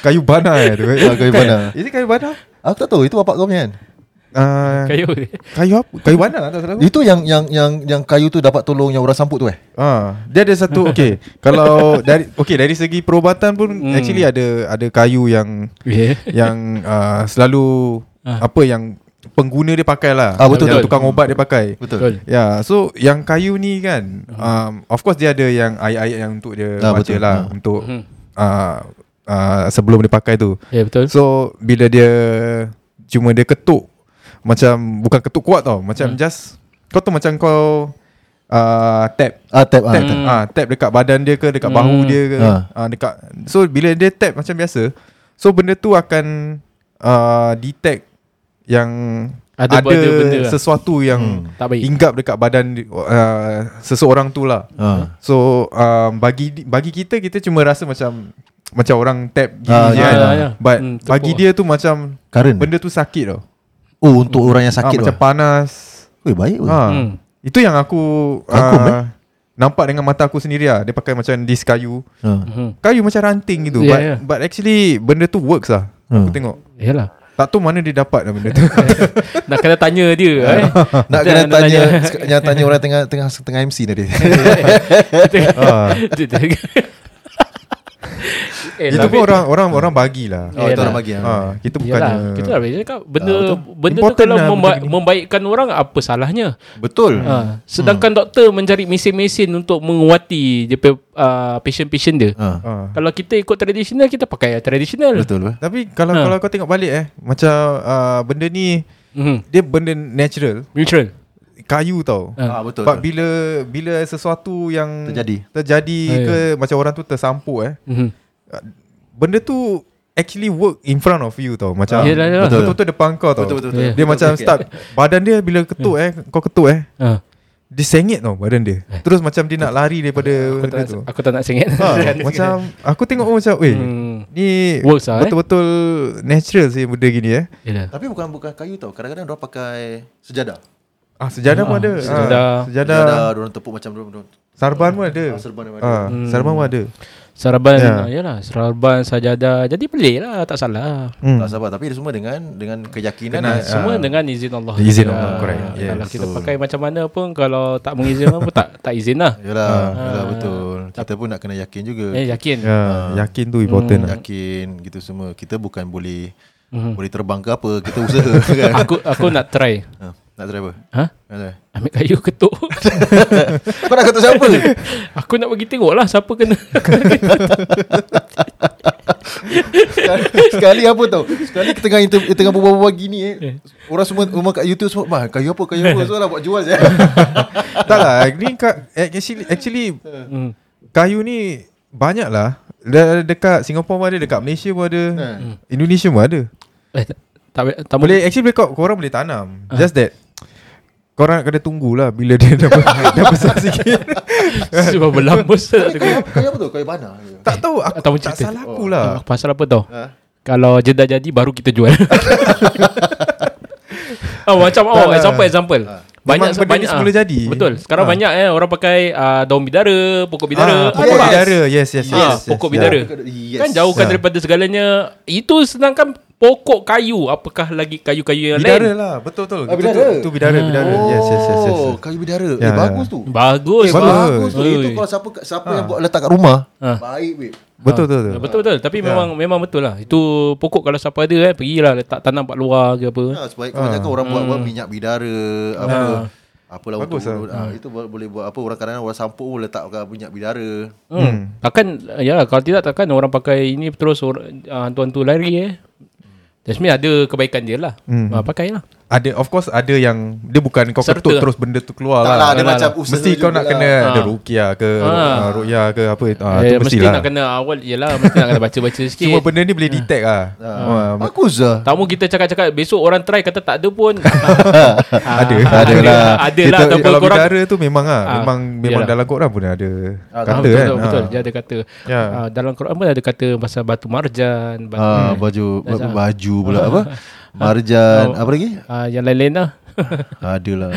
[SPEAKER 2] Kayu bana eh, tu eh.
[SPEAKER 3] Ah, kayu bana.
[SPEAKER 2] Is it kayu bana?
[SPEAKER 3] Aku tak tahu itu bapak kau punya kan.
[SPEAKER 2] Ah,
[SPEAKER 4] Kayu
[SPEAKER 2] kayu apa? Kayu bana tak salah aku
[SPEAKER 3] Itu yang yang yang yang kayu tu dapat tolong yang orang samput tu eh.
[SPEAKER 2] Ah, dia ada satu okay. Kalau dari okay dari segi perubatan pun
[SPEAKER 4] Hmm.
[SPEAKER 2] actually ada ada kayu yang
[SPEAKER 4] yeah.
[SPEAKER 2] yang uh, selalu apa yang pengguna dia pakai lah.
[SPEAKER 3] Ah, betul,
[SPEAKER 2] yang
[SPEAKER 4] betul.
[SPEAKER 2] tukang ubat dia pakai.
[SPEAKER 3] Betul.
[SPEAKER 2] Ya, yeah, so yang kayu ni kan, um, of course dia ada yang ayat-ayat yang untuk dia
[SPEAKER 3] Ah,
[SPEAKER 2] baca
[SPEAKER 3] betul.
[SPEAKER 2] lah
[SPEAKER 3] Ah.
[SPEAKER 2] untuk uh, uh, sebelum dia pakai tu.
[SPEAKER 4] yeah, Ya, betul
[SPEAKER 2] So bila dia cuma dia ketuk macam bukan ketuk kuat tau, macam just kau tu macam kau uh, tap
[SPEAKER 3] Ah tap ah.
[SPEAKER 2] tap
[SPEAKER 3] tap.
[SPEAKER 2] ah tap dekat badan dia ke dekat bahu dia ke
[SPEAKER 3] Ha.
[SPEAKER 2] ah dekat so bila dia tap macam biasa so benda tu akan uh, detect yang
[SPEAKER 4] Ada
[SPEAKER 2] ada,
[SPEAKER 4] benda- benda lah.
[SPEAKER 2] sesuatu yang
[SPEAKER 4] Tak baik.
[SPEAKER 2] hinggap dekat badan di- uh, seseorang tu lah
[SPEAKER 3] Ha.
[SPEAKER 2] so um, bagi di- bagi kita kita cuma rasa macam macam orang tap gini
[SPEAKER 3] Ah,
[SPEAKER 2] je
[SPEAKER 3] ya,
[SPEAKER 2] kan.
[SPEAKER 3] ya,
[SPEAKER 4] ya.
[SPEAKER 2] but
[SPEAKER 4] Hmm, tepuk.
[SPEAKER 2] bagi dia tu macam
[SPEAKER 3] Current.
[SPEAKER 2] benda tu sakit tau
[SPEAKER 3] Oh untuk orang yang sakit
[SPEAKER 2] ah,
[SPEAKER 3] tu.
[SPEAKER 2] macam panas
[SPEAKER 3] Oi baik oi.
[SPEAKER 4] Hmm.
[SPEAKER 2] Ha. Hmm. Itu yang aku
[SPEAKER 3] Kagum, eh?
[SPEAKER 2] ah, nampak dengan mata aku sendiri lah. Dia pakai macam dis kayu.
[SPEAKER 3] Ha.
[SPEAKER 2] Kayu macam ranting gitu.
[SPEAKER 4] Yeah,
[SPEAKER 2] but,
[SPEAKER 4] yeah.
[SPEAKER 2] but actually benda tu works lah.
[SPEAKER 3] Hmm.
[SPEAKER 2] Aku tengok.
[SPEAKER 4] Yalah
[SPEAKER 2] Tak tahu mana dia dapat lah benda tu.
[SPEAKER 4] Ya Nak kena tanya dia
[SPEAKER 2] Ya.
[SPEAKER 4] eh.
[SPEAKER 3] Nak kena tanya yang tanya orang tengah tengah tengah MC tadi.
[SPEAKER 2] Ah.
[SPEAKER 4] eh,
[SPEAKER 2] Itu pun orang orang orang bagilah.
[SPEAKER 3] Oh itu
[SPEAKER 4] Yelah.
[SPEAKER 3] orang bagi.
[SPEAKER 2] Ha,
[SPEAKER 3] Ha.
[SPEAKER 2] kita bukan
[SPEAKER 4] Ya, Yalah, kita lah. dah boleh cakap benda
[SPEAKER 2] Ah, betul.
[SPEAKER 4] benda tu
[SPEAKER 2] Important
[SPEAKER 4] kalau
[SPEAKER 2] lah
[SPEAKER 4] memba-
[SPEAKER 2] benda gini.
[SPEAKER 4] membaikkan orang apa salahnya?
[SPEAKER 3] Betul.
[SPEAKER 4] Ha, sedangkan hmm. doktor mencari mesin-mesin untuk menguati dia pe- uh, patient-patient dia.
[SPEAKER 3] Ha.
[SPEAKER 2] Ah.
[SPEAKER 4] Kalau kita ikut tradisional kita pakai yang tradisional.
[SPEAKER 3] Betul. eh.
[SPEAKER 2] Tapi kalau
[SPEAKER 4] Ah.
[SPEAKER 2] kalau kau tengok balik eh macam ah, benda ni
[SPEAKER 4] Mhm.
[SPEAKER 2] dia benda natural,
[SPEAKER 4] Neutral.
[SPEAKER 2] kayu tau.
[SPEAKER 4] Hmm.
[SPEAKER 3] Ah betul.
[SPEAKER 2] But bila bila sesuatu yang
[SPEAKER 3] Terjadi.
[SPEAKER 2] terjadi
[SPEAKER 4] Ah, ya.
[SPEAKER 2] ke macam orang tu tersampuk eh
[SPEAKER 4] Mhm.
[SPEAKER 2] benda tu actually work in front of you tau macam
[SPEAKER 4] Ah, yelah, yelah.
[SPEAKER 2] betul-betul depan kau tau
[SPEAKER 3] Betul, betul,
[SPEAKER 4] betul.
[SPEAKER 2] dia macam start badan dia bila ketuk eh kau ketuk eh
[SPEAKER 4] Ha.
[SPEAKER 2] dia sengit tau badan dia terus macam dia nak lari daripada
[SPEAKER 4] Aku tak,
[SPEAKER 2] benda
[SPEAKER 4] nak,
[SPEAKER 2] tu
[SPEAKER 4] aku tak nak sengit.
[SPEAKER 2] ha, macam aku tengok pun macam weh
[SPEAKER 4] Hmm.
[SPEAKER 2] ni
[SPEAKER 4] Works lah, eh.
[SPEAKER 2] betul-betul natural sih benda gini eh
[SPEAKER 4] Yalah.
[SPEAKER 3] Tapi bukan bukan kayu tau. Kadang-kadang orang pakai sejadah.
[SPEAKER 2] ah sejadah pun ada
[SPEAKER 4] sejadah.
[SPEAKER 2] Ah, sejadah
[SPEAKER 3] orang tepuk macam dorang
[SPEAKER 2] sarban pun ada
[SPEAKER 3] Ah, serban pun ada.
[SPEAKER 2] ah sarban
[SPEAKER 4] Hmm.
[SPEAKER 2] pun ada
[SPEAKER 4] Saraban
[SPEAKER 2] Ya.
[SPEAKER 4] yeah. yalah, saraban sajadah. Jadi pelik lah, tak salah. Kan?
[SPEAKER 2] Hmm.
[SPEAKER 3] tak sabar tapi dia semua dengan dengan keyakinan lah.
[SPEAKER 2] Kena-
[SPEAKER 4] Semua dengan izin Allah.
[SPEAKER 2] ah, Izin
[SPEAKER 4] Ya.
[SPEAKER 2] Allah, correct. Yeah,
[SPEAKER 4] kalau kita pakai macam mana pun kalau tak mengizinkan pun tak tak izin lah.
[SPEAKER 3] Yalah, yalah betul. Kita pun nak kena yakin juga.
[SPEAKER 4] Eh, yakin.
[SPEAKER 3] Ah.
[SPEAKER 2] ya yakin tu important
[SPEAKER 3] Hmm.
[SPEAKER 2] lah
[SPEAKER 3] yakin gitu semua kita bukan boleh
[SPEAKER 4] Mhm.
[SPEAKER 3] boleh terbang ke apa kita usaha kan
[SPEAKER 4] Aku aku nak try.
[SPEAKER 3] ha, nak try apa
[SPEAKER 4] Ha?
[SPEAKER 3] nak try
[SPEAKER 4] Ambil kayu ketuk.
[SPEAKER 3] kau nak kata siapa
[SPEAKER 4] aku nak bagi tengok lah siapa kena.
[SPEAKER 3] sekali, sekali apa tau sekali kita tengah inter, tengah berbual-bual gini eh orang semua rumah kat YouTube semua mah kayu apa kayu apa semua lah buat jual je
[SPEAKER 2] tak lah ni ka, actually actually
[SPEAKER 4] Hmm.
[SPEAKER 2] kayu ni banyak lah De- dekat Singapura pun ada dekat Malaysia pun ada
[SPEAKER 3] Hmm.
[SPEAKER 2] Indonesia pun ada
[SPEAKER 4] Eh, tak, tak, boleh- tak Ah. boleh.
[SPEAKER 2] boleh actually boleh kau korang boleh tanam just that korang kena tunggulah bila dia dah, ber- dah besar sikit
[SPEAKER 4] Sebab berlambus tak
[SPEAKER 3] kayu,
[SPEAKER 4] tengok.
[SPEAKER 3] apa- kayu apa tu kayu bana
[SPEAKER 2] tak tahu aku
[SPEAKER 4] Atau
[SPEAKER 2] tak
[SPEAKER 4] cerita.
[SPEAKER 2] salah aku lah
[SPEAKER 4] Pasal apa tau?
[SPEAKER 3] Ha?
[SPEAKER 4] Kalau jeda jadi baru kita jual. oh, macam oh,
[SPEAKER 2] lah.
[SPEAKER 4] example example. Banyak
[SPEAKER 2] Memang benda
[SPEAKER 4] banyak
[SPEAKER 2] ni semula
[SPEAKER 4] ah.
[SPEAKER 2] jadi.
[SPEAKER 4] Betul. Sekarang
[SPEAKER 2] Ah.
[SPEAKER 4] banyak eh orang pakai ah, daun bidara, pokok
[SPEAKER 2] Ah,
[SPEAKER 4] bidara,
[SPEAKER 2] pokok
[SPEAKER 3] Yes.
[SPEAKER 2] bidara yes yes yes,
[SPEAKER 4] Ah,
[SPEAKER 2] yes,
[SPEAKER 4] pokok
[SPEAKER 2] yes.
[SPEAKER 4] bidara.
[SPEAKER 3] yes.
[SPEAKER 4] Kan jauhkan
[SPEAKER 2] Ya.
[SPEAKER 4] daripada segalanya. Itu sedangkan pokok kayu, apakah lagi kayu-kayu yang
[SPEAKER 2] bidara
[SPEAKER 4] lain? Hmm.
[SPEAKER 2] lah betul betul
[SPEAKER 3] Ah,
[SPEAKER 2] Itu-
[SPEAKER 3] bidara.
[SPEAKER 2] tu bidara bidara
[SPEAKER 3] oh
[SPEAKER 2] yes yes yes, yes.
[SPEAKER 3] kayu bidara
[SPEAKER 2] Ya,
[SPEAKER 3] eh,
[SPEAKER 2] ya.
[SPEAKER 3] bagus tu
[SPEAKER 4] Bagus.
[SPEAKER 3] Eh,
[SPEAKER 2] Bagus.
[SPEAKER 3] bagus tu itu
[SPEAKER 4] Oi.
[SPEAKER 3] kalau siapa siapa yang buat letak kat rumah
[SPEAKER 4] Ha.
[SPEAKER 3] baik weh
[SPEAKER 2] betul betul betul.
[SPEAKER 4] Betul betul tapi
[SPEAKER 2] Ya.
[SPEAKER 4] memang memang betul lah. Itu pokok kalau siapa ada
[SPEAKER 2] Ah.
[SPEAKER 3] Ah,
[SPEAKER 4] eh pergilah letak tanam kat luar ke apa.
[SPEAKER 3] Ha, sebab kebanyakan orang buat buat minyak bidara apa. Apalah
[SPEAKER 2] Bagus
[SPEAKER 3] untuk ah. itu bo- boleh buat apa orang kadang-kadang orang sampuk pun letak kat minyak bidara.
[SPEAKER 4] Hmm. Takkan ya kalau tidak takkan orang pakai ini terus orang uh, hantu-hantu lari eh. Jasmine ada kebaikan dia lah. Hmm. Uh, pakailah.
[SPEAKER 2] Ada of course ada yang dia bukan kau
[SPEAKER 4] Serta.
[SPEAKER 2] ketuk terus benda tu
[SPEAKER 3] Tak
[SPEAKER 2] keluar
[SPEAKER 3] lah,
[SPEAKER 2] lah.
[SPEAKER 3] dia macam usaha lah.
[SPEAKER 2] Mesti kau
[SPEAKER 3] jugalah.
[SPEAKER 2] nak kena ada ruqyah ke ha. ruqyah ke apa ah,
[SPEAKER 4] Ah. eh,
[SPEAKER 2] tu
[SPEAKER 4] mesti
[SPEAKER 2] mestilah.
[SPEAKER 4] nak kena awal ialah mesti nak kena baca-baca sikit.
[SPEAKER 2] Semua benda ni boleh detect ah. Ah,
[SPEAKER 3] Bagus lah.
[SPEAKER 4] Tamu kita cakap-cakap Besok orang try Kata tak ada pun Ah,
[SPEAKER 2] Ada
[SPEAKER 4] Ada lah Ada lah
[SPEAKER 2] Kita-
[SPEAKER 4] Ataupun
[SPEAKER 2] Kalau
[SPEAKER 4] korang
[SPEAKER 2] bidara tu memang ah memang memang
[SPEAKER 4] yalah.
[SPEAKER 2] dalam Quran pun ada
[SPEAKER 4] Ah,
[SPEAKER 2] kata
[SPEAKER 4] betul,
[SPEAKER 2] kan.
[SPEAKER 4] betul, betul.
[SPEAKER 2] Ah.
[SPEAKER 4] Dia ada kata
[SPEAKER 2] Ya.
[SPEAKER 4] ah, Dalam Quran pun ada kata Pasal batu marjan batu,
[SPEAKER 3] Ah, baju ba- baju pula apa? Marjan, apa lagi?
[SPEAKER 4] ah, Yang lain-lain lah
[SPEAKER 3] Ada lah.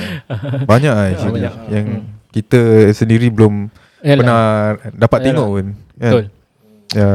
[SPEAKER 2] Banyak ah actually yang kita sendiri belum
[SPEAKER 4] Yalah.
[SPEAKER 2] pernah dapat tengok pun. kan.
[SPEAKER 4] Betul
[SPEAKER 2] Ya.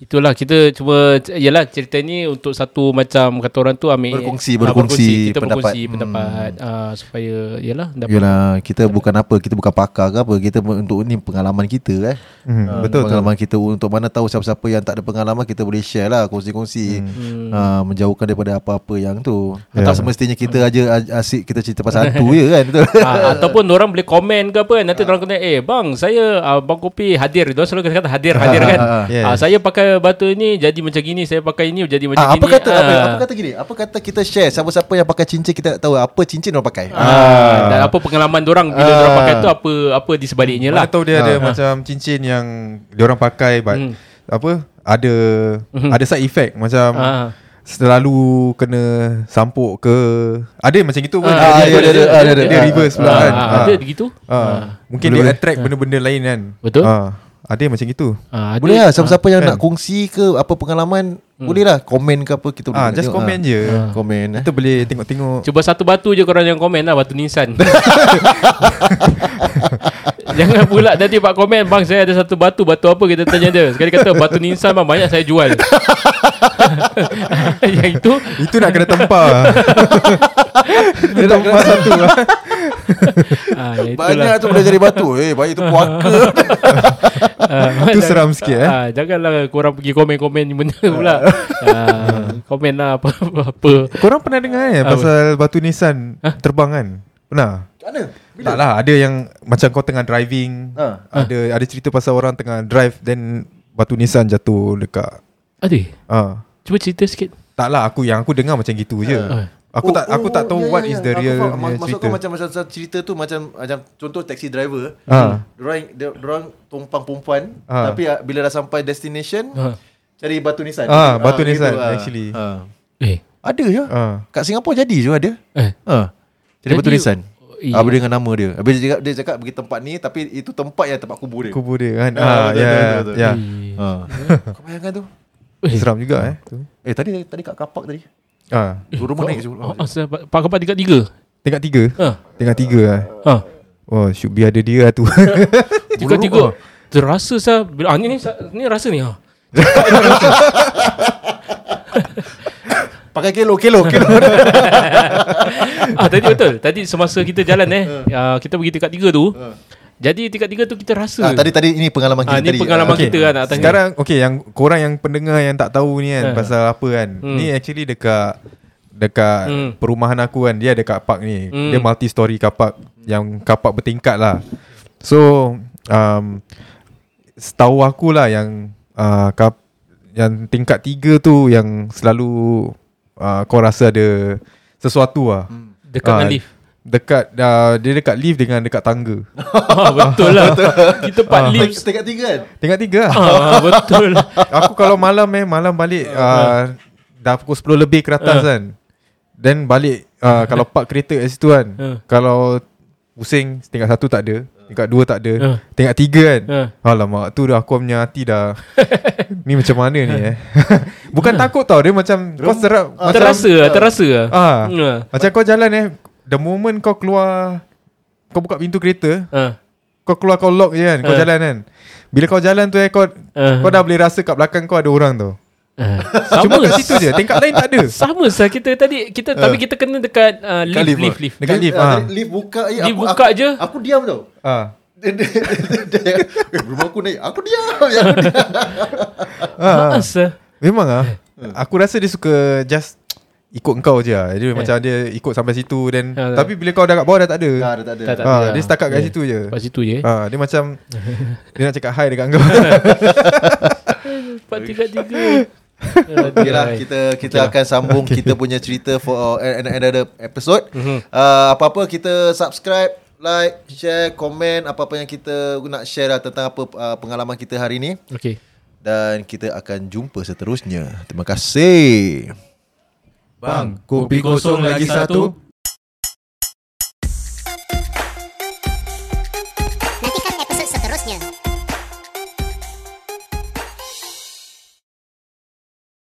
[SPEAKER 4] Itulah kita cuba Yalah cerita ni Untuk satu macam Kata orang tu ambil
[SPEAKER 3] Berkongsi,
[SPEAKER 4] ah,
[SPEAKER 3] berkongsi
[SPEAKER 4] Kita
[SPEAKER 3] pendapat.
[SPEAKER 4] berkongsi pendapat
[SPEAKER 2] Hmm.
[SPEAKER 4] ah, Supaya Yalah dapat
[SPEAKER 3] Yalah, kita bukan apa, kita bukan pakar ke apa, kita men- untuk ni pengalaman kita eh.
[SPEAKER 2] Hmm,
[SPEAKER 3] Ah,
[SPEAKER 2] betul betul.
[SPEAKER 3] pengalaman kita untuk mana tahu siapa-siapa yang tak ada pengalaman kita boleh share lah kongsi-kongsi hmm. menjauhkan daripada apa-apa yang tu
[SPEAKER 2] Ya.
[SPEAKER 3] yeah. tak semestinya kita aja a- asyik kita cerita pasal hantu je kan betul
[SPEAKER 4] Ah, ataupun orang boleh komen ke apa kan. nanti orang kata eh bang saya ah, bang kopi hadir dia selalu kata hadir hadir kan
[SPEAKER 2] Yes.
[SPEAKER 4] ah, saya pakai batu ni jadi macam gini saya pakai ini jadi macam
[SPEAKER 3] Ah,
[SPEAKER 4] gini
[SPEAKER 3] apa kata apa,
[SPEAKER 4] Ah.
[SPEAKER 3] apa kata gini? Apa kata kita share siapa-siapa yang pakai cincin kita tak tahu apa cincin orang pakai. Ah,
[SPEAKER 4] Ah, dan apa pengalaman orang bila
[SPEAKER 3] Ah.
[SPEAKER 4] orang pakai tu apa apa di sebaliknya lah.
[SPEAKER 2] Mana tahu dia ada macam cincin yang diorang pakai but
[SPEAKER 4] Hmm.
[SPEAKER 2] apa ada ada side effect macam
[SPEAKER 4] Ah.
[SPEAKER 2] selalu kena sampuk ke ada macam gitu pun
[SPEAKER 4] Ah, ada,
[SPEAKER 2] dia, dia,
[SPEAKER 4] ada,
[SPEAKER 2] dia,
[SPEAKER 3] ada, ada.
[SPEAKER 2] dia reverse pula
[SPEAKER 4] Ah,
[SPEAKER 2] kan
[SPEAKER 4] ah,
[SPEAKER 2] Ah.
[SPEAKER 4] ada gitu?
[SPEAKER 2] Ah. mungkin dia attract benda-benda lain kan
[SPEAKER 4] Betul.
[SPEAKER 2] Ah, ada macam gitu
[SPEAKER 4] Ah, ada.
[SPEAKER 3] boleh lah siapa-siapa yang
[SPEAKER 2] kan.
[SPEAKER 3] nak kongsi ke apa pengalaman boleh lah komen ke apa kita boleh
[SPEAKER 2] Hmm. ah
[SPEAKER 3] nak
[SPEAKER 2] just
[SPEAKER 3] tengok,
[SPEAKER 2] komen
[SPEAKER 3] ah.
[SPEAKER 2] je
[SPEAKER 3] Komen eh.
[SPEAKER 2] kita boleh tengok-tengok
[SPEAKER 4] Cuba satu batu je korang yang komen lah Batu nisan Jangan pula nanti pak komen Bang saya ada satu batu Batu apa kita tanya dia Sekali kata batu nisan bang Banyak saya jual Yang itu
[SPEAKER 2] itu nak kena tempah dia nak tempah satu lah
[SPEAKER 4] ah, yang itulah.
[SPEAKER 3] Banyak tu boleh jadi batu. Eh, banyak tu puaka.
[SPEAKER 4] Ah,
[SPEAKER 2] Itu
[SPEAKER 4] jangan-
[SPEAKER 2] seram sikit, eh.
[SPEAKER 4] ah, Janganlah korang pergi komen-komen ni benda pula ah, Komen lah apa-apa
[SPEAKER 2] korang pernah dengar eh
[SPEAKER 4] Apa?
[SPEAKER 2] pasal batu nisan terbang kan pernah
[SPEAKER 3] Mana?
[SPEAKER 2] Tak lah Ada yang Macam kau tengah driving
[SPEAKER 3] Ha.
[SPEAKER 2] Ada ada cerita pasal orang tengah drive Then Batu nisan jatuh dekat
[SPEAKER 4] Adik
[SPEAKER 2] ha.
[SPEAKER 4] Cuba cerita sikit
[SPEAKER 2] Tak lah aku Yang aku dengar macam gitu je Aku tak aku
[SPEAKER 3] Oh,
[SPEAKER 2] tak tahu
[SPEAKER 3] ya,
[SPEAKER 2] What is the real punya
[SPEAKER 3] Maksud
[SPEAKER 2] cerita
[SPEAKER 3] kau macam macam macam cerita tu macam macam contoh taxi driver.
[SPEAKER 2] Ah.
[SPEAKER 3] Orang orang tumpang perempuan
[SPEAKER 2] Ah.
[SPEAKER 3] tapi ah, bila dah sampai destination
[SPEAKER 4] Ah.
[SPEAKER 3] cari batu nisan.
[SPEAKER 2] Ah, batu
[SPEAKER 3] gitu,
[SPEAKER 2] nisan,
[SPEAKER 3] ah.
[SPEAKER 2] actually.
[SPEAKER 3] Ah.
[SPEAKER 4] Eh
[SPEAKER 3] Ada je.
[SPEAKER 2] Ah.
[SPEAKER 3] Kat Singapura jadi je ada.
[SPEAKER 4] Eh.
[SPEAKER 3] Ha. Jadi,
[SPEAKER 4] Jadi-
[SPEAKER 3] batu nisan.
[SPEAKER 4] Eh.
[SPEAKER 3] Habis dengan nama dia. Habis dia cakap, dia cakap pergi tempat ni tapi itu tempat yang tempat kubur dia.
[SPEAKER 2] Kubur dia kan
[SPEAKER 3] Ah,
[SPEAKER 2] ah,
[SPEAKER 3] betul,
[SPEAKER 2] ya,
[SPEAKER 3] betul, betul.
[SPEAKER 2] ya.
[SPEAKER 4] Eh.
[SPEAKER 3] Ha. Kau bayangkan tu.
[SPEAKER 2] Seram juga eh tu.
[SPEAKER 3] Eh tadi tadi kat kapak tadi.
[SPEAKER 2] Ah.
[SPEAKER 3] Rumah naik je.
[SPEAKER 4] oh, oh, saya- Pak Kapak tingkat tiga
[SPEAKER 2] Tingkat tiga
[SPEAKER 4] Ah.
[SPEAKER 2] Tingkat tiga lah
[SPEAKER 4] Ah.
[SPEAKER 2] Oh should be ada dia lah tu
[SPEAKER 4] Tiga tiga. Terasa saya bila ah, ni ni sa- ni rasa ni ah.
[SPEAKER 3] Pakai kelo kelo kelo.
[SPEAKER 4] ah tadi betul. Tadi semasa kita jalan eh ah, kita pergi tingkat tiga tu.
[SPEAKER 2] Hmm.
[SPEAKER 4] Jadi tingkat tiga tu kita rasa.
[SPEAKER 3] Ah, tadi tadi ini pengalaman kita
[SPEAKER 4] Ah, ni
[SPEAKER 3] tadi.
[SPEAKER 4] pengalaman
[SPEAKER 2] Okay.
[SPEAKER 4] kita lah nak tanya. Eh.
[SPEAKER 2] Sekarang okay yang korang yang pendengar yang tak tahu ni kan pasal apa kan. Ni actually dekat dekat
[SPEAKER 4] Hmm.
[SPEAKER 2] perumahan aku kan dia ada kat park ni. Dia multi story kapak yang kapak bertingkat lah. So um setahu aku lah yang uh, kap, yang tingkat tiga tu yang selalu uh, kau rasa ada sesuatu lah.
[SPEAKER 4] Hmm. dekat
[SPEAKER 2] Ah,
[SPEAKER 4] dengan lift.
[SPEAKER 2] Dekat uh, dia dekat lift dengan dekat tangga.
[SPEAKER 4] ah, betul lah. kita part
[SPEAKER 2] Ah.
[SPEAKER 4] lift.
[SPEAKER 3] Tingkat tiga kan?
[SPEAKER 2] Tingkat tiga lah.
[SPEAKER 4] Ah, betul.
[SPEAKER 2] Aku kalau malam eh Malam balik uh, Dah pukul 10 lebih ke atas kan Then balik uh, Kalau park kereta kat situ kan
[SPEAKER 4] Ah.
[SPEAKER 2] Kalau Pusing Tingkat satu tak ada Tingkat dua tak ada
[SPEAKER 4] Ah.
[SPEAKER 2] Tingkat tiga kan
[SPEAKER 4] Ah.
[SPEAKER 2] Alamak tu dah aku punya hati dah Ni macam mana ni eh Bukan takut tau Dia macam Kau serap macam,
[SPEAKER 4] terasa lah, terasa lah.
[SPEAKER 2] ah,
[SPEAKER 4] Ah.
[SPEAKER 2] Macam kau jalan eh The moment kau keluar Kau buka pintu kereta
[SPEAKER 4] Ah.
[SPEAKER 2] kau keluar kau lock je kan Kau
[SPEAKER 4] Ah.
[SPEAKER 2] jalan kan Bila kau jalan tu eh Kau,
[SPEAKER 4] Ah.
[SPEAKER 2] kau dah boleh rasa kat belakang kau ada orang tu
[SPEAKER 4] Ah.
[SPEAKER 2] Cuma
[SPEAKER 4] Sama
[SPEAKER 2] kat situ je Tingkat lain tak ada
[SPEAKER 4] sama sah kita tadi kita tapi kita kena dekat ah, lift,
[SPEAKER 3] lift,
[SPEAKER 4] lift lift lift.
[SPEAKER 2] Dekat lift
[SPEAKER 3] Ah,
[SPEAKER 2] ha.
[SPEAKER 3] tadi Lift buka je.
[SPEAKER 4] Lift
[SPEAKER 3] Aku-
[SPEAKER 4] buka
[SPEAKER 3] aku-
[SPEAKER 4] je.
[SPEAKER 3] Aku diam tau.
[SPEAKER 2] ha.
[SPEAKER 3] Dia- dia- dia- dia- eh, Rumah aku naik. Aku diam. Ya, aku diam.
[SPEAKER 2] Ha.
[SPEAKER 4] Asal.
[SPEAKER 2] ah.
[SPEAKER 4] Hmm.
[SPEAKER 2] Memang ah Aku rasa dia suka Just ikut kau je lah. Jadi yeah. macam dia ikut sampai situ then
[SPEAKER 4] Eh. Ah,
[SPEAKER 2] yeah, tapi bila kau dah kat bawah dah tak ada.
[SPEAKER 3] Dah dah tak ada.
[SPEAKER 4] Tak, tak.
[SPEAKER 2] ha,
[SPEAKER 4] ada
[SPEAKER 2] dia
[SPEAKER 4] lah.
[SPEAKER 2] setakat kat
[SPEAKER 4] Yeah.
[SPEAKER 2] situ je.
[SPEAKER 4] Lepas situ je eh.
[SPEAKER 2] Ha, dia macam dia nak cakap hi dekat kau.
[SPEAKER 4] Empat tiga tiga
[SPEAKER 3] Okeylah kita kita okay akan sambung okay. kita punya cerita for uh, an- another episode. Mm-hmm. Uh, apa-apa kita subscribe, like, share, komen apa-apa yang kita nak share lah tentang apa uh, pengalaman kita hari ni
[SPEAKER 4] Okay
[SPEAKER 3] dan kita akan jumpa seterusnya. Terima kasih.
[SPEAKER 5] Bang, kopi kosong lagi satu.
[SPEAKER 2] kan